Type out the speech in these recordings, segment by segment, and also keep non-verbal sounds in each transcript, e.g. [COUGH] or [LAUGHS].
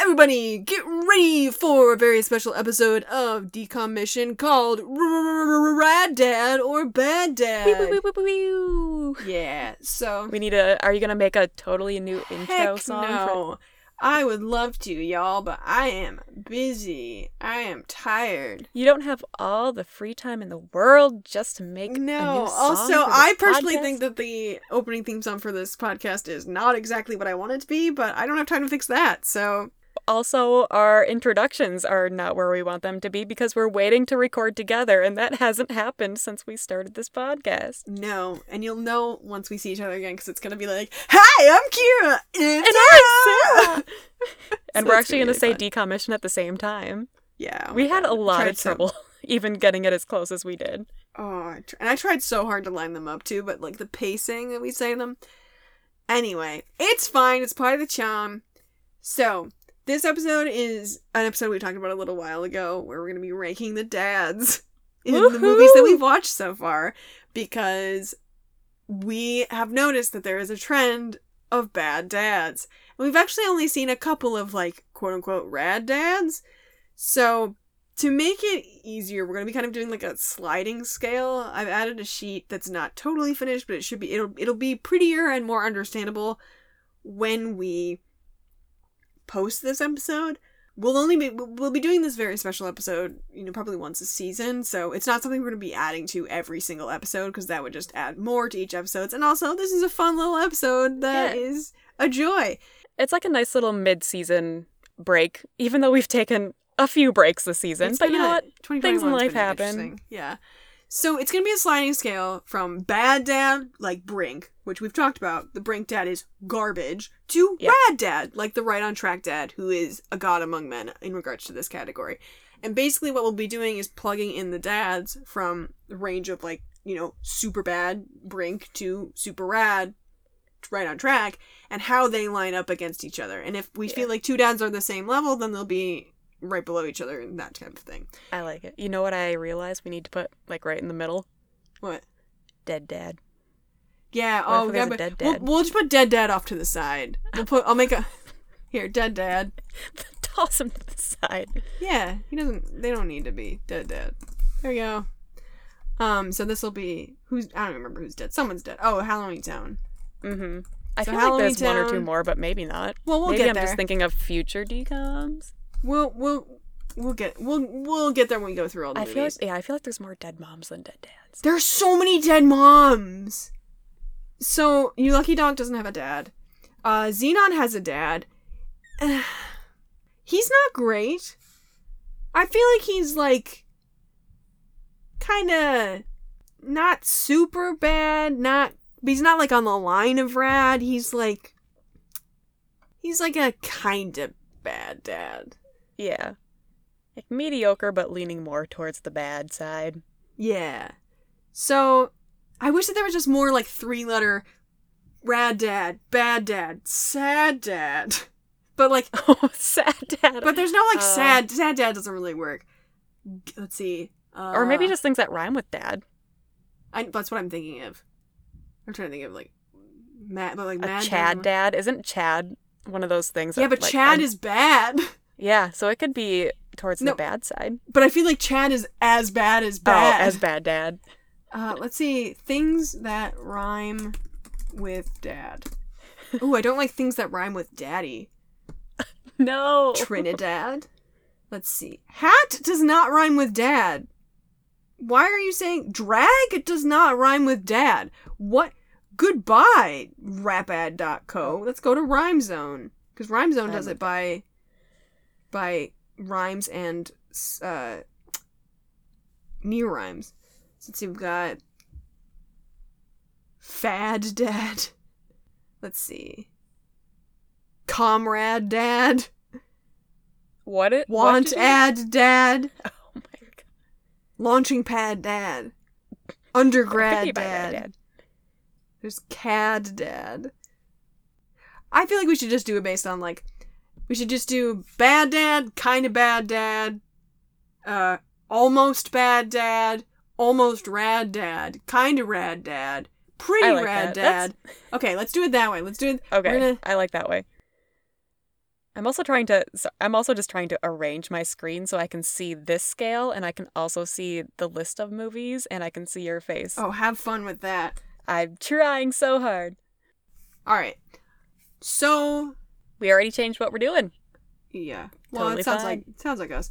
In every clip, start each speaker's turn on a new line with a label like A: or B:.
A: everybody, get ready for a very special episode of Decommission called Rad Dad or Bad Dad. Yeah, so
B: We need a. Are you gonna make a totally new intro
A: heck
B: song? for-
A: no. I would love to, y'all, but I am busy. I am tired.
B: you don't have all the free time in the world just to make. A
A: No.
B: new song
A: Also,
B: for this
A: I personally
B: podcast?
A: think that the opening theme song for this podcast is not exactly what I want it to be, but I don't have time to fix that. So
B: Also, our introductions are not where we want them to be because we're waiting to record together, and that hasn't happened since we started this podcast.
A: no, and you'll know once we see each other again because it's gonna be like, "Hi, I'm Kira, and,
B: I'm
A: Sarah!"
B: [LAUGHS] And
A: So
B: we're
A: it's
B: actually
A: gonna
B: gonna
A: be
B: say
A: really
B: decommission at the same time.
A: [LAUGHS] Yeah, oh
B: we
A: my
B: had
A: God.
B: a lot
A: Tried
B: of
A: so-
B: trouble [LAUGHS] even getting it as close as we did.
A: oh, I tr- and I tried so hard to line them up too, but like the pacing that we say them. Anyway, it's fine. It's part of the charm. So this episode is an episode we talked about a little while ago, where we're gonna be ranking the dads [LAUGHS] in the movies that
B: Woohoo!
A: we've watched so far, because we have noticed that there is a trend of bad dads. And we've actually only seen a couple of like quote unquote rad dads. So to make it easier, we're gonna be kind of doing like a sliding scale. I've added a sheet that's not totally finished, but it should be it'll it'll be prettier and more understandable when we post this episode. We'll only be we'll we'll be doing this very special episode, you know, probably once a season. So it's not something we're gonna be adding to every single episode because that would just add more to each episode. And also, this is a fun little episode that is
B: Yeah.
A: a joy.
B: It's like a nice little mid-season break, even though we've taken a few breaks this season.
A: It's
B: but you
A: been
B: know
A: a-
B: what?
A: 2021's
B: Things in
A: been
B: life happen.
A: interesting. Yeah. So it's gonna be a sliding scale from bad dad like Brink, which we've talked about. The Brink dad is garbage to
B: Yeah.
A: rad dad, like the right on track dad, who is a god among men in regards to this category. And basically, what we'll be doing is plugging in the dads from the range of like you know super bad Brink to super rad, right on track, and how they line up against each other. And if we
B: Yeah.
A: feel like two dads are the same level, then they'll be right below each other and that type of thing.
B: I like it. You know what I realized we need to put like right in the middle?
A: What?
B: Dead dad. [LAUGHS]
A: Yeah.
B: What if
A: oh,
B: it was
A: yeah.
B: a
A: But
B: dead
A: we'll,
B: dad?
A: we'll just put dead dad off to the side. We'll put. I'll make a. [LAUGHS] Here, dead dad.
B: Toss him to the side.
A: Yeah, he doesn't. They don't need to be dead dad. There we go. Um. So this will be who's. I don't remember who's dead. Someone's dead. Oh, Halloween Town.
B: Mm-hmm. I
A: So
B: feel
A: Halloween
B: like there's one or two
A: Town-
B: more, but maybe not.
A: Well, we'll
B: maybe
A: get
B: I'm
A: there.
B: just thinking of future decoms.
A: We'll we'll we'll get we'll we'll get there when we go through all the
B: I
A: movies.
B: feel like yeah, I feel like there's more dead moms than dead dads.
A: There's so many dead moms. So your lucky dog doesn't have a dad. Uh, Xenon has a dad. [SIGHS] he's not great. I feel like he's like kind of not super bad. Not but he's not like on the line of rad. He's like he's like a kind of bad dad.
B: Yeah. Like mediocre but leaning more towards the bad side. [LAUGHS]
A: Yeah. So I wish that there was just more like three letter rad dad, bad dad, sad dad. [LAUGHS] But like
B: Oh, sad dad.
A: but there's no like
B: Uh,
A: sad sad dad doesn't really work. G- Let's see. Uh,
B: or maybe just things that rhyme with dad.
A: I, that's what I'm thinking of. I'm trying to think of like mad but like
B: A
A: mad
B: Chad
A: doesn't-
B: dad. Isn't Chad one of those things?
A: Yeah,
B: that,
A: but
B: like,
A: Chad
B: un-
A: is bad. [LAUGHS]
B: Yeah, so it could be towards
A: No.
B: the bad side.
A: But I feel like Chad is as bad as bad.
B: Oh, as
A: [LAUGHS]
B: bad dad.
A: Uh, let's see. Things that rhyme with
B: [LAUGHS]
A: dad. Ooh, I don't like things that rhyme with daddy.
B: No.
A: Trinidad. Let's see. Hat does not rhyme with dad. Why are you saying drag does not rhyme with dad? What? Goodbye, rapad.co. Let's go to Rhyme Zone because Rhyme Zone
B: I
A: does
B: like
A: it by by rhymes and uh, near rhymes. So let's see. We've got fad dad. Let's see. Comrade dad.
B: What it what
A: Want
B: did you-
A: ad dad,
B: [LAUGHS] Oh my god.
A: launching pad dad,
B: I'm
A: undergrad
B: thinking about
A: dad.
B: that, dad.
A: There's cad dad. I feel like we should just do it based on like, we should just do bad dad, kind of bad dad, uh, almost bad dad, almost rad dad, kind of rad dad, pretty
B: I like
A: rad
B: that. That's-
A: dad. Okay, let's do it that way. Let's do it.
B: Okay.
A: We're gonna-
B: I like that way. I'm I'm also trying to so I'm also just trying to arrange my screen so I can see this scale and I can also see the list of movies and I can see your face.
A: Oh, have fun with that.
B: I'm trying so hard.
A: All right. So
B: We already changed what we're doing.
A: yeah. Well,
B: Totally
A: it sounds
B: fine.
A: like it sounds like us.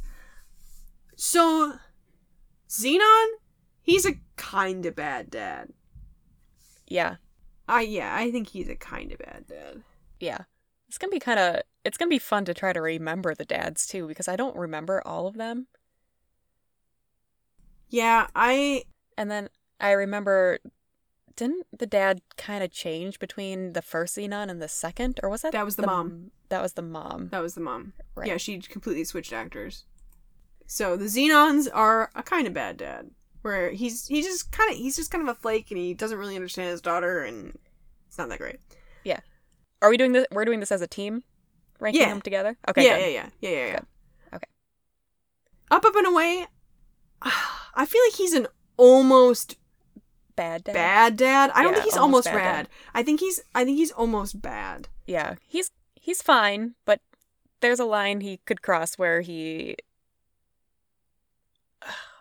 A: So Xenon, he's a kind of bad dad.
B: Yeah.
A: I yeah, I think he's a kind of bad dad.
B: Yeah. It's going to be kind of it's going to be fun to try to remember the dads too because I don't remember all of them.
A: Yeah, I
B: And then I remember didn't the dad kind of change between the first Xenon and the second or was that
A: That was the mom.
B: That was the mom.
A: that was the mom.
B: Right.
A: Yeah, she completely switched actors. So the Xenons are a kind of bad dad, where he's he's just kind of he's just kind of a flake and he doesn't really understand his daughter and it's not that great.
B: Are we doing this? We're doing this as a team, ranking
A: Yeah.
B: them together. Okay.
A: yeah,
B: good.
A: yeah, yeah, yeah, yeah, yeah.
B: Good. Okay.
A: Up, up and away. [SIGHS] I feel like he's an almost
B: Bad dad.
A: bad dad. I don't
B: Yeah,
A: think he's
B: almost
A: almost,
B: bad
A: rad. I think he's I think he's almost bad.
B: Yeah, he's he's fine, but there's a line he could cross where he. [SIGHS]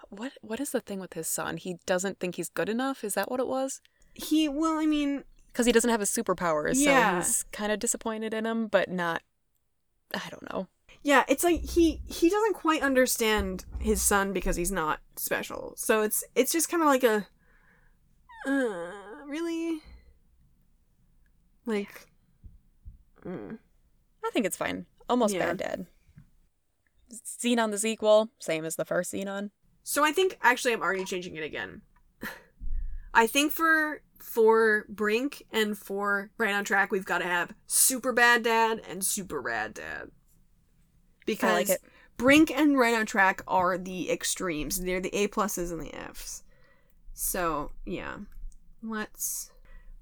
B: What what is the thing with his son? He doesn't think he's good enough. Is that what it was?
A: He well, I mean,
B: Because he doesn't have his superpowers,
A: Yeah.
B: so he's kind of disappointed in him, but not. I don't know.
A: yeah, it's like he he doesn't quite understand his son because he's not special. So it's it's just kind of like a uh, really like mm.
B: I think it's fine. Almost
A: Yeah.
B: bad dad. Xenon the sequel, same as the first Xenon.
A: So I think actually I'm already changing it again. I think for for Brink and for Right on Track we've got to have super bad dad and super rad dad. Because
B: I like it.
A: Brink and Right on Track are the extremes. They're the A pluses and the Fs. So yeah, let's.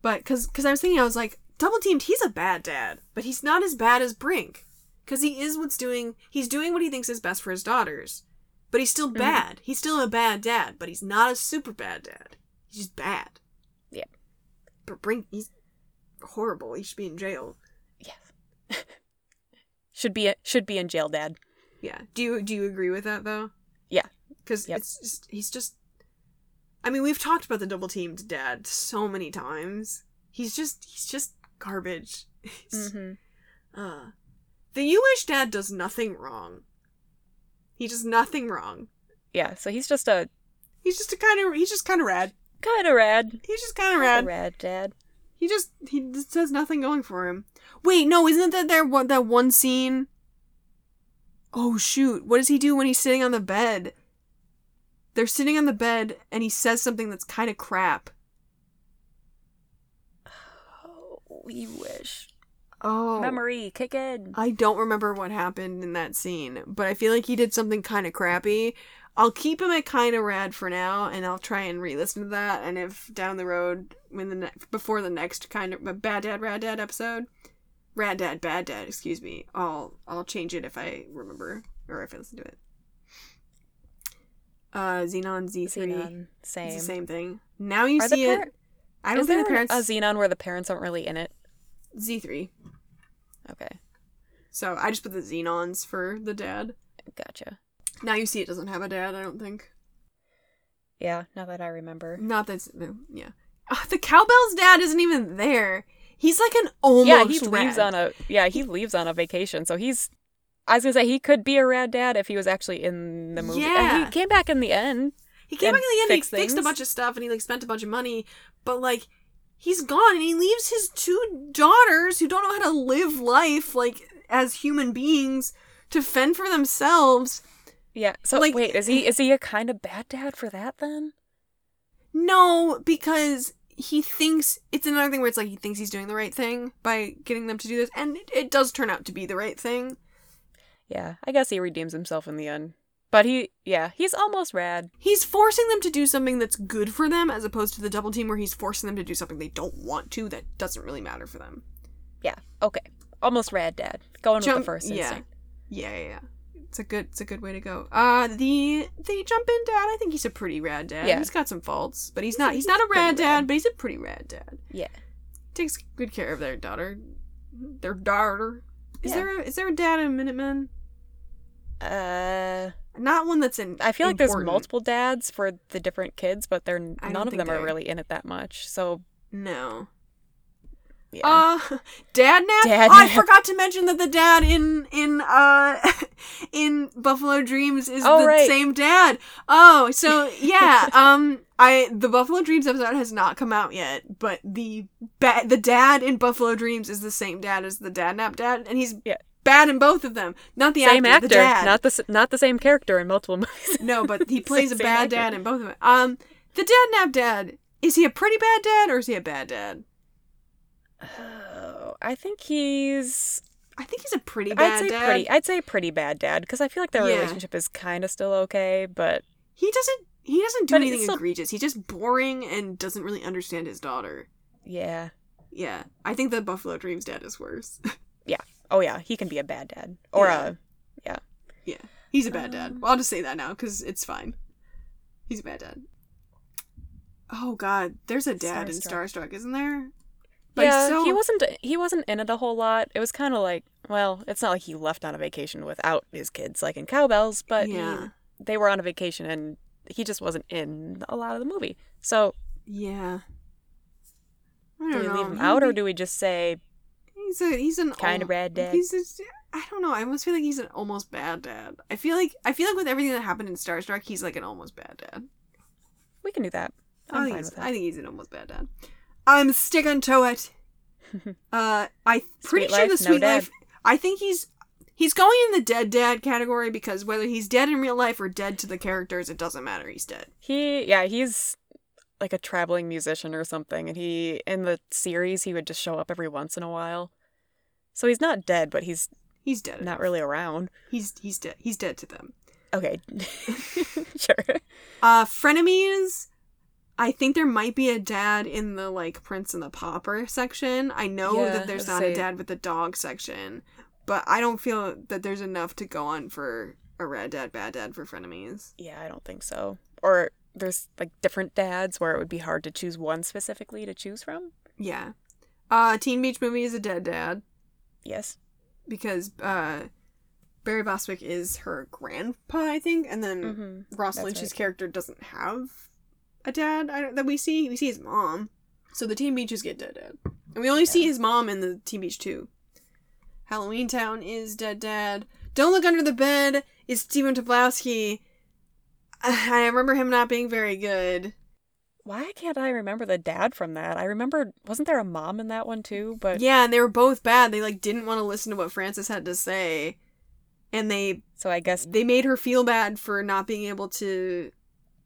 A: But because because I was thinking I was like double teamed. He's a bad dad, but he's not as bad as Brink because he is what's doing. He's doing what he thinks is best for his daughters, but he's still
B: Mhm.
A: bad. He's still a bad dad, but he's not a super bad dad. He's just bad.
B: Yeah.
A: But Brink, he's horrible. He should be in jail.
B: Yes. should be should be in jail, Dad.
A: Yeah. Do you do you agree with that though?
B: Yeah.
A: Because
B: Yep.
A: it's just he's just. I mean, we've talked about the double teamed dad so many times. He's just he's just garbage. [LAUGHS] He's-
B: Mm-hmm.
A: uh, the you wish dad does nothing wrong. He does nothing wrong.
B: Yeah, so he's just a
A: He's just a kind of he's just kind of rad.
B: kind of rad,
A: He's just kind of rad.
B: rad, rad dad.
A: He just he just has nothing going for him. Wait, no, isn't that there one that one scene? Oh shoot! What does he do when he's sitting on the bed? They're sitting on the bed, and he says something that's kind of crap.
B: Oh, we wish.
A: Oh,
B: Memory, kick in.
A: I don't remember what happened in that scene, but I feel like he did something kind of crappy. I'll keep him at kind of rad for now, and I'll try and re-listen to that. And if down the road, when the ne- before the next kind of bad dad rad dad episode, rad dad bad dad, excuse me, I'll I'll change it if I remember or if I listen to it. Uh, Xenon Z three,
B: Xenon,
A: it's
B: same.
A: the same thing. Now you
B: Are the
A: see it.
B: par-
A: I
B: is
A: don't
B: there
A: think the
B: an-
A: parents
B: a Xenon where the parents aren't really in it?
A: Z three.
B: Okay,
A: So I just put the Xenons for the dad.
B: gotcha.
A: Now you see it doesn't have a dad. I don't think.
B: Yeah, now that I remember.
A: Not that's no, yeah. Ugh, the cowbell's dad isn't even there. He's like an almost.
B: yeah, he leaves
A: rad.
B: on a yeah he leaves on a vacation, so he's. I was gonna say he could be a rad dad if he was actually in the movie. And
A: Yeah.
B: he came back in the end.
A: He came
B: and
A: back in the end. He
B: fix
A: fixed a
B: things.
A: bunch of stuff and he like spent a bunch of money, but like he's gone and he leaves his two daughters who don't know how to live life like as human beings to fend for themselves.
B: Yeah. So
A: Like-
B: wait, is he is he a kind of bad dad for that then?
A: No, because he thinks it's another thing where it's like he thinks he's doing the right thing by getting them to do this, and it, it does turn out to be the right thing.
B: Yeah, I guess he redeems himself in the end. But he, yeah, he's almost rad.
A: He's forcing them to do something that's good for them as opposed to the double team where he's forcing them to do something they don't want to that doesn't really matter for them.
B: Yeah, okay, almost rad dad. Going with
A: Jump-
B: the first
A: yeah.
B: instinct.
A: Yeah, yeah, yeah. It's a good it's a good way to go. Uh the the jump in dad, I think he's a pretty rad dad.
B: Yeah.
A: He's got some faults, but he's
B: He's
A: not
B: a-
A: he's not a
B: he's pretty
A: rad dad,
B: rad.
A: but he's a pretty rad dad.
B: Yeah.
A: Takes good care of their daughter. Their daughter. Is
B: Yeah.
A: there a, is there a dad in Minutemen?
B: Uh,
A: Not one that's in.
B: I feel like there's
A: important.
B: multiple dads for the different kids, but they're
A: I
B: none
A: don't
B: of
A: think
B: them are
A: they-
B: really in it that much. So
A: No.
B: yeah.
A: Uh, [LAUGHS] dad nap.
B: Dad
A: Oh, I
B: nap.
A: forgot to mention that the dad in in uh [LAUGHS] in Buffalo Dreams is
B: Oh,
A: the
B: right.
A: same dad. Oh, so yeah.
B: [LAUGHS]
A: um, I the Buffalo Dreams episode has not come out yet, but the ba- the dad in Buffalo Dreams is the same dad as the dad nap dad, and he's
B: Yeah.
A: bad in both of them. Not the
B: same
A: actor,
B: actor,
A: the dad.
B: not the s- not the same character in multiple [LAUGHS] movies.
A: [LAUGHS] no, but
B: [LAUGHS]
A: he plays a
B: Same
A: bad
B: actor.
A: dad in both of them. Um, the dad nap dad. Is he a pretty bad dad or is he a bad dad?
B: Oh, [SIGHS] I think he's.
A: I think he's a pretty bad
B: I'd say
A: dad.
B: pretty. I'd say pretty bad dad because I feel like their
A: Yeah.
B: relationship is kind of still okay, but
A: He doesn't. He doesn't do
B: But it's
A: anything
B: still-
A: egregious. He's just boring and doesn't really understand his daughter.
B: yeah.
A: Yeah, I think the Buffalo Dreams dad is worse. [LAUGHS]
B: Oh yeah, he can be a bad dad or uh,
A: Yeah.
B: a
A: He's a bad dad.
B: Um.
A: Well, I'll just say that now because it's fine. He's a bad dad. Oh God, there's a dad in Starstruck, isn't there? But he's
B: yeah,
A: so-
B: he wasn't he wasn't in it a whole lot. It was kind of like, well, it's not like he left on a vacation without his kids, like in Cowbells, but he-
A: Yeah.
B: they were on a vacation and he just wasn't in a lot of the movie. So
A: Yeah. I
B: do
A: don't
B: we
A: know.
B: leave him
A: He
B: out or
A: would be-
B: do we just say
A: he's a he's an
B: kind
A: al-
B: of bad dad?
A: He's just, I don't know. I almost feel like he's an almost bad dad. I feel like I feel like with everything that happened in Starstruck, he's like an almost bad dad.
B: We can do that.
A: I
B: I'm
A: think,
B: fine
A: Oh, he's,
B: with
A: I
B: that.
A: think he's an almost bad dad. I'm sticking to
B: [LAUGHS]
A: it. Uh, I pretty
B: Sweet
A: sure
B: life,
A: the
B: no
A: sweet
B: dad.
A: life. I think he's he's going in the dead dad category because whether he's dead in real life or dead to the characters, it doesn't matter. He's dead.
B: He yeah, he's like a traveling musician or something and he in the series he would just show up every once in a while. So he's not dead, but he's
A: He's dead.
B: not really around.
A: He's he's dead. He's dead to them.
B: [LAUGHS] Okay. sure.
A: Uh, frenemies. I think there might be a dad in the like Prince and the Pauper section. I know
B: Yeah,
A: that there's
B: I'd
A: not
B: say-
A: a dad with the dog section, but I don't feel that there's enough to go on for a red dad, bad dad for frenemies.
B: Yeah, I don't think so. Or there's like different dads where it would be hard to choose one specifically to choose from.
A: Yeah. Uh Teen Beach Movie is a dead dad
B: Yes.
A: because uh Barry Bostwick is her grandpa, I think, and then
B: Mm-hmm.
A: Ross
B: that's
A: Lynch's
B: right.
A: character doesn't have a dad I don't, that we see. We see his mom. So the Teen Beaches get dead dad. And we only see his mom in the Teen Beach 2. Halloween Town is dead dad. Don't Look Under the Bed is Stephen Tobolowsky. [SIGHS] I remember him not being very good.
B: Why can't I remember the dad from that? I remember wasn't there a mom in that one too? But
A: Yeah, and they were both bad. They like didn't want to listen to what Frances had to say, and they
B: so I guess
A: they made her feel bad for not being able to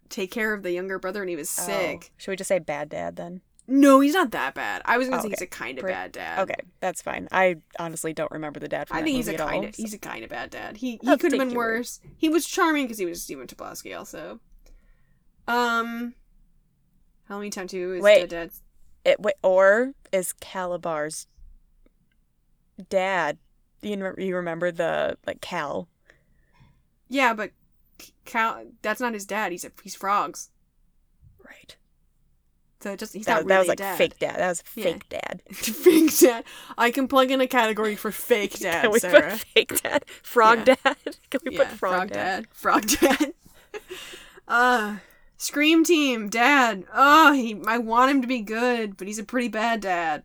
A: take care of the younger brother, and he was
B: oh,
A: sick.
B: should we just say bad dad then?
A: No, he's not that bad. I was gonna
B: Oh,
A: say he's
B: okay.
A: a kind of
B: Pre-
A: bad dad.
B: Okay, that's fine. I honestly don't remember the dad from
A: I
B: that
A: think he's a
B: movie at
A: kind
B: all,
A: of he's a kind of bad dad. He he
B: I'll
A: could have
B: take
A: been
B: your word.
A: worse. He was charming because he was Stephen Tobolowsky also. Um, Halloween Town Two is
B: Wait.
A: dead dad.
B: It, wait, or is Calabar's dad? You remember, you remember the like Cal?
A: Yeah, but C- Cal that's not his dad. He's a, he's frogs.
B: Right.
A: So it just he's not
B: That,
A: really
B: that was
A: a
B: like
A: dad.
B: fake dad. That was
A: Yeah.
B: fake dad.
A: [LAUGHS] fake dad. I can plug in a category for
B: [LAUGHS]
A: fake
B: Can
A: dad,
B: we
A: Sarah.
B: put fake dad? Frog
A: [LAUGHS] Yeah.
B: dad? [LAUGHS] Can we put frog, dad?
A: Frog dad. [LAUGHS] uh, Scream team dad. Oh, he. I want him to be good, but he's a pretty bad dad.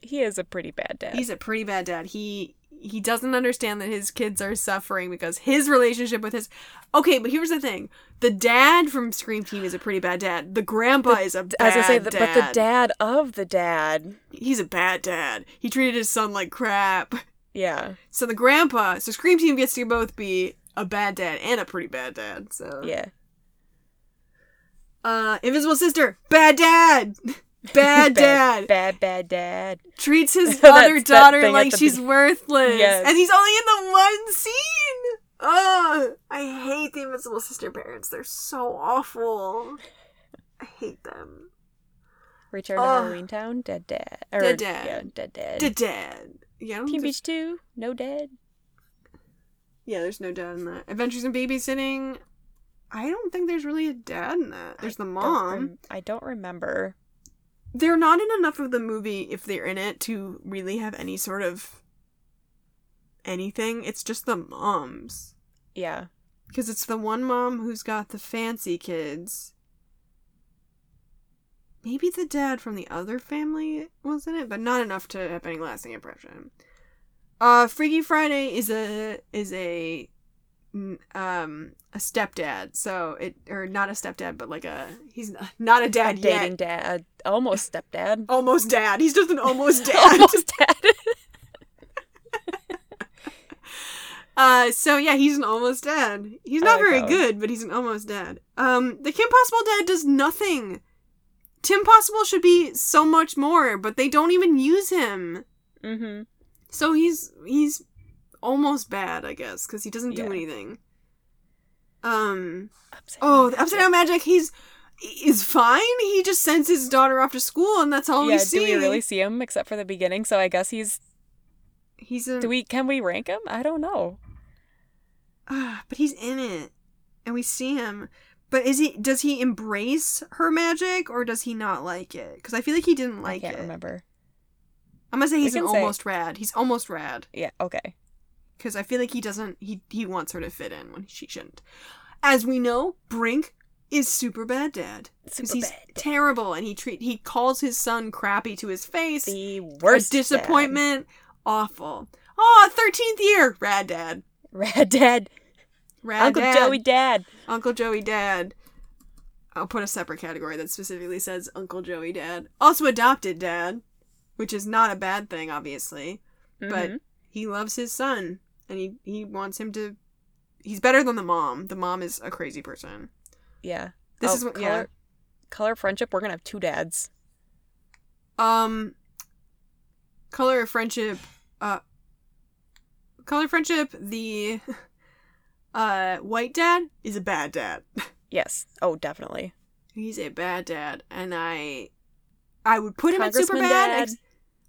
B: He is a pretty bad dad.
A: He's a pretty bad dad. He he doesn't understand that his kids are suffering because his relationship with his. Okay, but here's the thing: the dad from Scream Team is a pretty bad dad. The grandpa is a bad
B: As I say, the,
A: dad.
B: but the dad of the dad.
A: He's a bad dad. He treated his son like crap.
B: Yeah.
A: So the grandpa, so Scream Team gets to both be a bad dad and a pretty bad dad. So
B: Yeah.
A: uh, Invisible Sister, bad
B: [LAUGHS]
A: dad, bad dad
B: Bad bad dad.
A: treats his
B: [LAUGHS] That's
A: other
B: that
A: daughter
B: thing at
A: like
B: the
A: she's
B: be-
A: worthless,
B: Yes.
A: and he's only in the one scene. Ugh, I hate the Invisible Sister parents. They're so awful. I hate them.
B: Return
A: Ugh.
B: to Halloween Town. Dead dad. Or,
A: Ah. Dead dad.
B: Yeah. Dead dad.
A: Da dad. Yeah, I don't
B: Teen
A: think-
B: Beach Two. No dad.
A: yeah. There's no dad in that. Adventures in Babysitting. I don't think there's really a dad in that. There's the
B: Don't
A: mom.
B: rem- I don't remember.
A: they're not in enough of the movie if they're in it to really have any sort of anything. It's just the moms.
B: Yeah.
A: Because it's the one mom who's got the fancy kids. Maybe the dad from the other family was in it, but not enough to have any lasting impression. Uh, Freaky Friday is a is a n- um a stepdad, so it or not a stepdad, but like a he's n- not a dad yet.
B: Dating dad. Almost stepdad.
A: Almost dad. He's just an [LAUGHS]
B: [LAUGHS]
A: almost dad.
B: Almost dad.
A: Uh, so yeah, he's an almost dad. He's
B: I
A: not
B: like
A: very
B: that one.
A: good, but he's an almost dad. Um, the Kim Possible dad does nothing. Tim Possible should be so much more, but they don't even use him.
B: mm-hmm.
A: So he's he's almost bad, I guess, because he doesn't do
B: Yeah.
A: anything. Um. Oh, the upside down magic. He's is fine. He just sends his daughter off to school, and that's all
B: yeah,
A: we see.
B: do we really see him except for the beginning? So I guess he's.
A: He's a,
B: Do we? Can we rank him? I don't know.
A: Ah, but he's in it, and we see him. But is he? Does he embrace her magic, or does he not like it? Because I feel like he didn't like
B: I can't
A: it.
B: remember.
A: I'm gonna say
B: We
A: he's an
B: can say-
A: almost rad. He's almost rad
B: Yeah. Okay.
A: because I feel like he doesn't. He he wants her to fit in when she shouldn't. As we know, Brink is super bad dad because
B: Super
A: he's
B: bad.
A: terrible, and he treat he calls his son crappy to his face.
B: The
A: A
B: worst. dad.
A: disappointment, awful. Oh, 13th year, rad dad,
B: Rad dad.
A: rad
B: Uncle
A: dad.
B: Joey dad.
A: Uncle Joey Dad. I'll put a separate category that specifically says Uncle Joey Dad. Also adopted dad, which is not a bad thing, obviously.
B: Mhm.
A: But he loves his son and he, he wants him to he's better than the mom. The mom is a crazy person.
B: yeah.
A: This
B: Oh,
A: is what
B: color color friendship. We're gonna have two dads.
A: yeah. Um Color of Friendship uh Color of Friendship, the [LAUGHS] uh white dad is a bad dad.
B: Yes. Oh, definitely.
A: He's a bad dad, and I, I would put him at super
B: Congressman
A: bad.
B: dad.
A: Ex-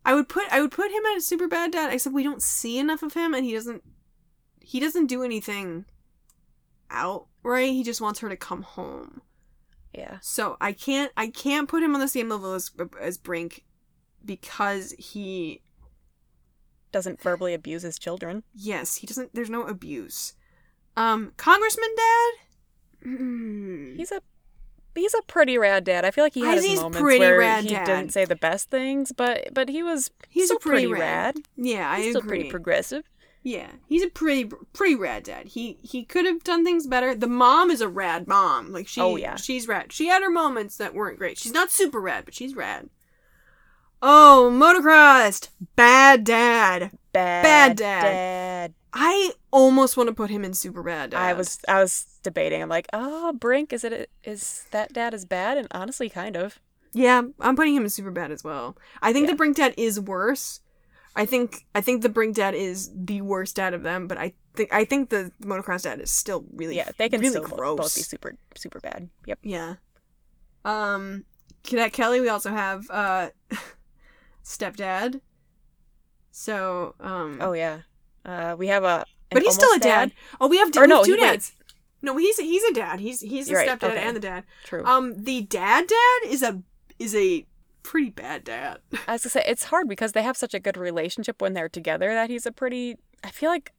A: I would put I would put him at super bad dad. Except we don't see enough of him, and he doesn't. He doesn't do anything outright. He just wants her to come home.
B: yeah.
A: So I can't I can't put him on the same level as as Brink, because he
B: Doesn't verbally abuse his children.
A: yes he doesn't. There's no abuse. Um, Congressman dad. Mm.
B: He's a he's a pretty rad dad. I feel like he
A: I
B: had
A: think
B: his
A: he's
B: moments
A: pretty
B: where
A: rad
B: he
A: dad.
B: didn't say the best things, but but he was
A: He's
B: still
A: a pretty, rad.
B: rad.
A: Yeah,
B: He's
A: I
B: still
A: agree.
B: pretty progressive.
A: Yeah, he's a pretty pretty rad dad. He he could have done things better. The mom is a rad mom. Like she
B: Oh, yeah.
A: she's rad. She had her moments that weren't great. She's not super rad, but she's rad. Oh, motocrossed. Bad dad. dad.
B: Bad, dad.
A: I almost want to put him in super bad dad.
B: I was I was debating. I'm like, oh, Brink, is it is that dad is bad? And honestly, kind of.
A: Yeah, I'm putting him in super bad as well. I think
B: Yeah.
A: the Brink dad is worse. I think I think the Brink dad is the worst dad of them, but I think I think the motocross dad is still really
B: Yeah, they can
A: really
B: still bo-
A: gross.
B: both be super super bad. Yep.
A: Yeah. Um, Cadet Kelly, we also have uh, [LAUGHS] stepdad. So, um,
B: Oh yeah. Uh, we have a. an
A: but he's still a
B: almost
A: dad. Oh, we have,
B: Or
A: we have
B: no,
A: two
B: he- wait.
A: dads. No, he's he's a dad. He's he's the
B: You're right,
A: stepdad
B: okay.
A: and the dad.
B: True.
A: Um, the dad dad is a is a pretty bad dad.
B: I was gonna say it's hard because they have such a good relationship when they're together that he's a pretty. I feel like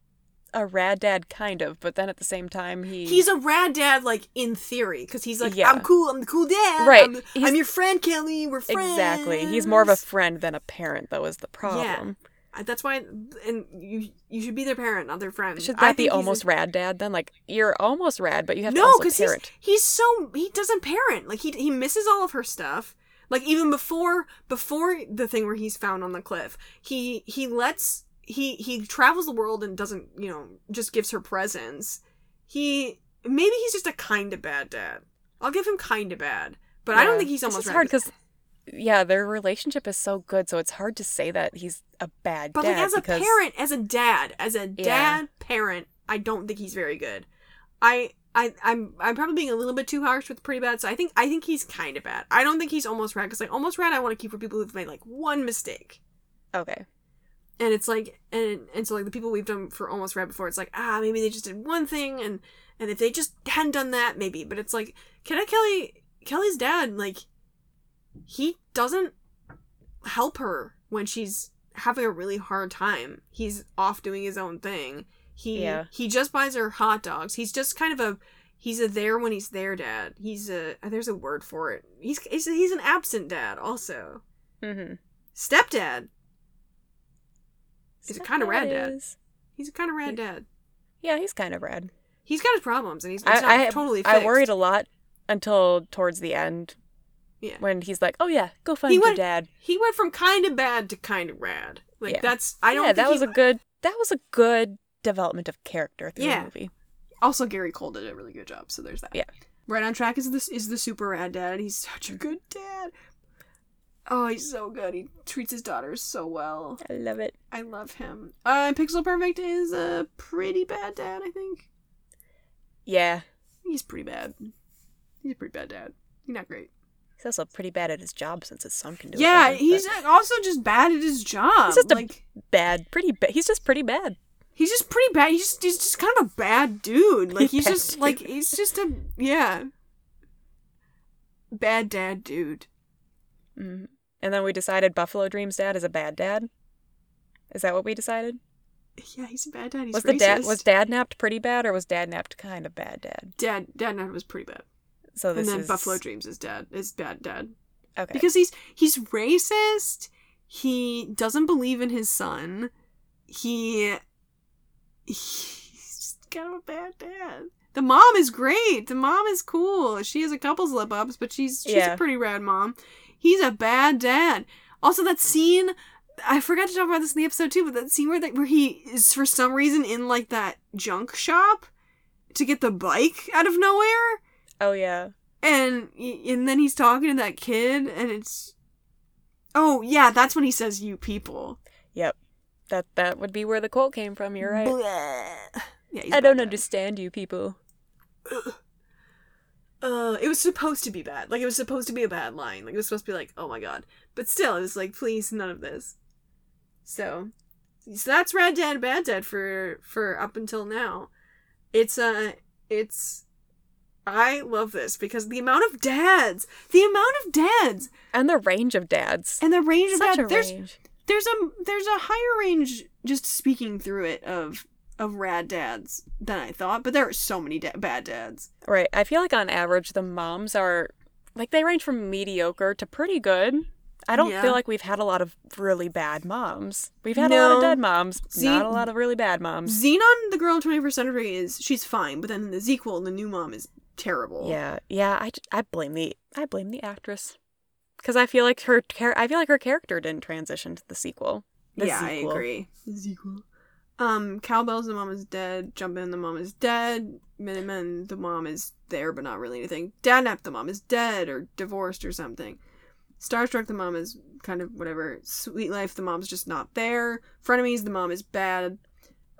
B: a rad dad kind of, but then at the same time he
A: He's a rad dad, like in theory, because he's like,
B: Yeah.
A: I'm cool. I'm the cool dad.
B: Right,
A: I'm,
B: he's-
A: I'm your friend, Kelly. We're friends.
B: exactly he's more of a friend than a parent though is the problem.
A: I- That's why, and you you should be their parent, not their friend.
B: Should
A: I
B: that be
A: think he's a-
B: almost rad dad then? Like you're almost rad, but you have to
A: no,
B: also
A: because he's
B: parent.
A: he's so he doesn't parent. Like he he misses all of her stuff. Like even before before the thing where he's found on the cliff, he he lets he he travels the world and doesn't you know just gives her presents. He maybe he's just a kind of bad dad. I'll give him kind of bad, but I don't
B: Yeah.
A: think he's
B: It's
A: almost
B: just
A: right.
B: hard because yeah, their relationship is so good, so it's hard to say that he's a bad
A: But
B: dad.
A: like as a
B: because,
A: parent, as a dad, as a
B: Yeah.
A: dad parent, I don't think he's very good. I I I'm I'm probably being a little bit too harsh with pretty bad. So I think I think he's kind of bad. I don't think he's almost rad because like almost rad I want to keep for people who've made like one mistake.
B: okay,
A: And it's like and and so like the people we've done for almost rad before, it's like ah maybe they just did one thing and and if they just hadn't done that maybe. But it's like Cadet Kelly Kelly's dad like he doesn't help her when she's having a really hard time. He's off doing his own thing. He
B: Yeah.
A: he just buys her hot dogs. He's just kind of a he's a there when he's there dad. He's a uh, there's a word for it. He's he's, he's an absent dad also.
B: Mm-hmm.
A: Stepdad. He's a kinda rad dad. He's a kind of rad dad.
B: Yeah, he's kind of rad.
A: He's got his problems and he's, he's
B: I,
A: not
B: I
A: totally fixed.
B: I worried a lot until towards the end.
A: Yeah.
B: When he's like, "Oh yeah, go find your
A: went-
B: dad."
A: he went from kind of bad to kind of rad. Like
B: Yeah.
A: that's I don't
B: yeah,
A: think
B: that
A: he-
B: was a good. That was a good development of character through
A: Yeah.
B: the movie.
A: Also, Gary Cole did a really good job, so there's that.
B: Yeah.
A: Right on track is this is the super rad dad. He's such a good dad. Oh, he's so good. He treats his daughters so well.
B: I love it.
A: I love him. Uh, Pixel Perfect is a pretty bad dad. I think
B: Yeah,
A: he's pretty bad. He's a pretty bad dad. He's not great.
B: he's also pretty bad at his job since his son can do
A: yeah,
B: it. better,
A: he's
B: but
A: also just bad at his job.
B: He's just a-
A: like
B: bad. Pretty bad. He's just pretty bad.
A: he's just pretty bad. He's just he's just kind of a bad dude. Like he's
B: Bad
A: just
B: dude.
A: like he's just a yeah bad dad dude.
B: Mhm. And then we decided Buffalo Dreams dad is a bad dad. Is that what we decided?
A: Yeah, he's a bad dad. He's
B: was
A: racist.
B: the dad was dad napped pretty bad, or was dad napped kind of bad dad?
A: dad dad Nod was pretty bad,
B: So
A: and
B: Oh, this
A: then
B: is
A: Buffalo Dreams is dad is bad dad
B: Okay.
A: because he's he's racist. He doesn't believe in his son. He he's just kind of a bad dad. The mom is great. The mom is cool. She has a couple slip ups, but she's she's
B: Yeah.
A: a pretty rad mom. He's a bad dad. Also, that scene I forgot to talk about this in the episode too, but that scene where that where he is for some reason in like that junk shop to get the bike out of nowhere
B: oh yeah.
A: and and then he's talking to that kid and it's oh yeah that's when he says you people
B: That that would be where the quote came from. You're right.
A: Bleh. yeah he's
B: I don't
A: bad.
B: understand you people.
A: uh it was supposed to be bad like it was supposed to be a bad line like it was supposed to be like oh my god but still it was like please none of this so so that's rad dad bad dad for for up until now it's uh it's i love this because the amount of dads the amount of dads
B: And the range of dads.
A: and the range of
B: Such
A: dads
B: a
A: there's
B: range.
A: there's a there's a higher range just speaking through it of of rad dads than I thought, but there are so many da- bad dads.
B: Right. I feel like on average the moms are like they range from mediocre to pretty good. I don't
A: Yeah.
B: feel like we've had a lot of really bad moms. We've had a lot
A: No.
B: of dead moms,
A: See-
B: not a lot of really bad moms.
A: Xenon, the girl in 21st century, is she's fine, but then in the sequel, the new mom is terrible.
B: Yeah, yeah. I, j- I blame the I blame the actress because I feel like her char- I feel like her character didn't transition to the sequel. [LAUGHS] The
A: yeah,
B: sequel.
A: I agree. The sequel. Um, cowbells, the mom is dead. Jumpin', the mom is dead. Minutemen, the mom is there but not really anything. Dadnap, the mom is dead or divorced or something. Starstruck, the mom is kind of whatever. Sweet Life, the mom's just not there. Frenemies, the mom is bad.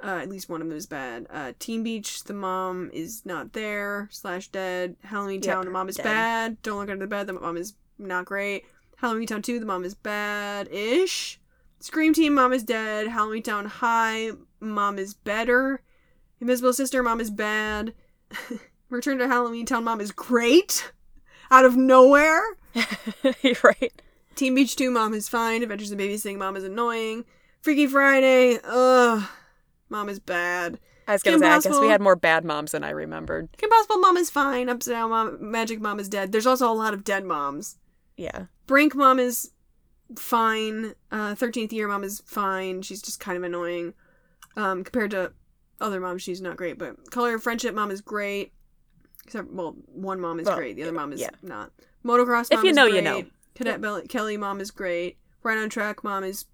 A: Uh, at least one of them is bad. Uh, Teen Beach, the mom is not there slash dead. Halloween
B: Yep,
A: Town, the mom is
B: dead.
A: bad. Don't look under the bed, the mom is not great. Halloween Town two, the mom is bad ish. Scream Team, Mom is Dead, Halloween Town High, Mom is Better, Invisible Sister, Mom is Bad, [LAUGHS] Return to Halloween Town, Mom is Great, out of nowhere,
B: You're right.
A: Teen Beach 2, Mom is Fine, Adventures in Babysitting, Mom is Annoying, Freaky Friday, ugh, Mom is Bad,
B: I was gonna
A: Kim
B: say I guess we
A: Possible.
B: had more bad moms than I remembered.
A: Kim Possible, Mom is Fine, Upside Down Mom, Magic Mom is Dead. There's also a lot of dead moms.
B: Yeah,
A: Brink mom is fine. Uh, 13th year mom is fine. She's just kind of annoying. Um, compared to other moms, she's not great. But Color of Friendship mom is great. Except, well, one mom is
B: Well,
A: great. The other mom is
B: yeah.
A: not. Motocross
B: If
A: mom
B: you
A: is
B: know,
A: great.
B: you know.
A: Cadet Bell- Kelly mom is great. Right on Track mom is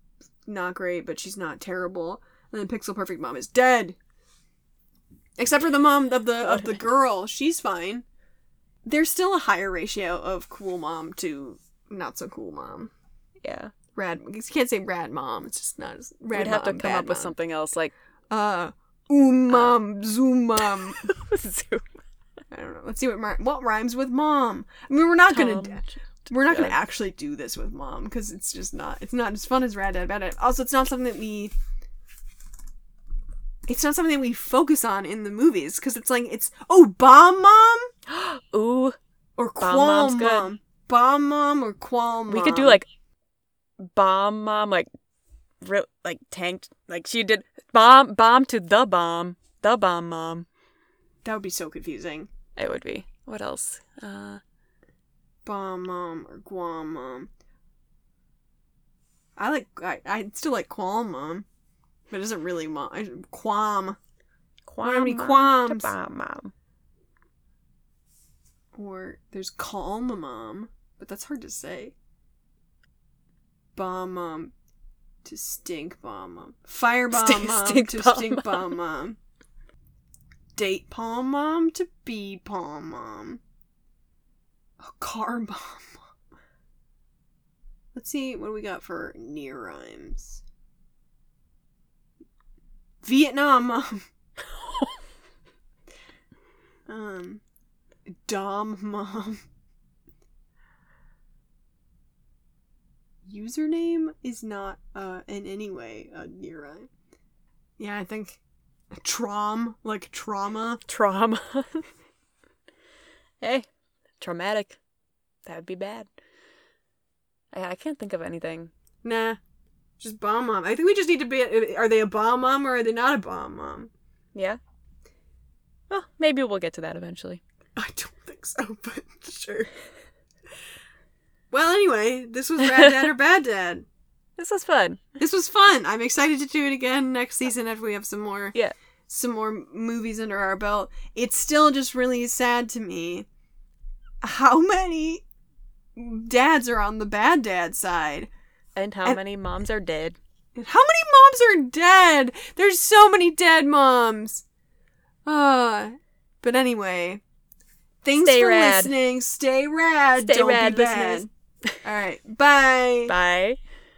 A: not great, but she's not terrible. And then Pixel Perfect mom is dead. Except for the mom of the of the girl, she's fine. There's still a higher ratio of cool mom to not so cool mom.
B: yeah.
A: Rad, you can't say rad mom. It's just not as rad.
B: We'd have to
A: mom,
B: come
A: bad
B: up with
A: mom.
B: something else like
A: Uh, oom mom, zoom mom. [LAUGHS]
B: Zoom.
A: I don't know. Let's see what mi- what rhymes with mom. I mean, we're not gonna
B: Tom.
A: we're not gonna
B: Yeah.
A: actually do this with mom because it's just not it's not as fun as rad dad bad dad. Also, it's not something that we it's not something that we focus on in the movies because it's like it's oh bomb mom
B: Ooh,
A: or
B: Bomb
A: qualm
B: mom's good.
A: mom. Bomb mom or qualm.
B: we could do
A: mom.
B: like bomb mom like real like tanked like she did bomb bomb to the bomb the bomb mom
A: That would be so confusing.
B: it would be what else uh
A: Bomb mom or guam mom. I like I, I still like qualm mom, but it isn't really mom. I, qualm How many
B: Mom to
A: qualms?
B: bomb mom
A: or there's calm mom, but that's hard to say. Bomb mom to stink bomb mom. Firebomb
B: Stink-
A: mom
B: stink
A: to
B: bomb um.
A: stink
B: mom.
A: bomb mom. Date palm mom to bee palm mom. A car bomb. [LAUGHS] Let's see what we got for near rhymes. Vietnam
B: [LAUGHS]
A: mom. um, Dom mom. Username is not uh in any way a near rhyme. Yeah, I think traum like trauma.
B: trauma [LAUGHS] hey traumatic that would be bad I, I can't think of anything
A: Nah, just bomb mom. I think we just need to be. uh, Are they a bomb mom or are they not a bomb mom? [LAUGHS]
B: yeah well maybe we'll get to that eventually
A: I don't think so, but sure. Well, anyway, this was Rad Dad or Bad Dad.
B: this was fun
A: This was fun. I'm excited to do it again next season after we have some more.
B: Yeah.
A: Some more movies under our belt. It's still just really sad to me how many dads are on the bad dad side.
B: and how
A: And-
B: many moms are dead
A: And How many moms are dead? There's so many dead moms. Uh, but anyway, thanks
B: Stay
A: for
B: rad.
A: listening. Stay rad.
B: Stay
A: Don't
B: rad,
A: be bad.
B: listeners.
A: All right. Bye.
B: bye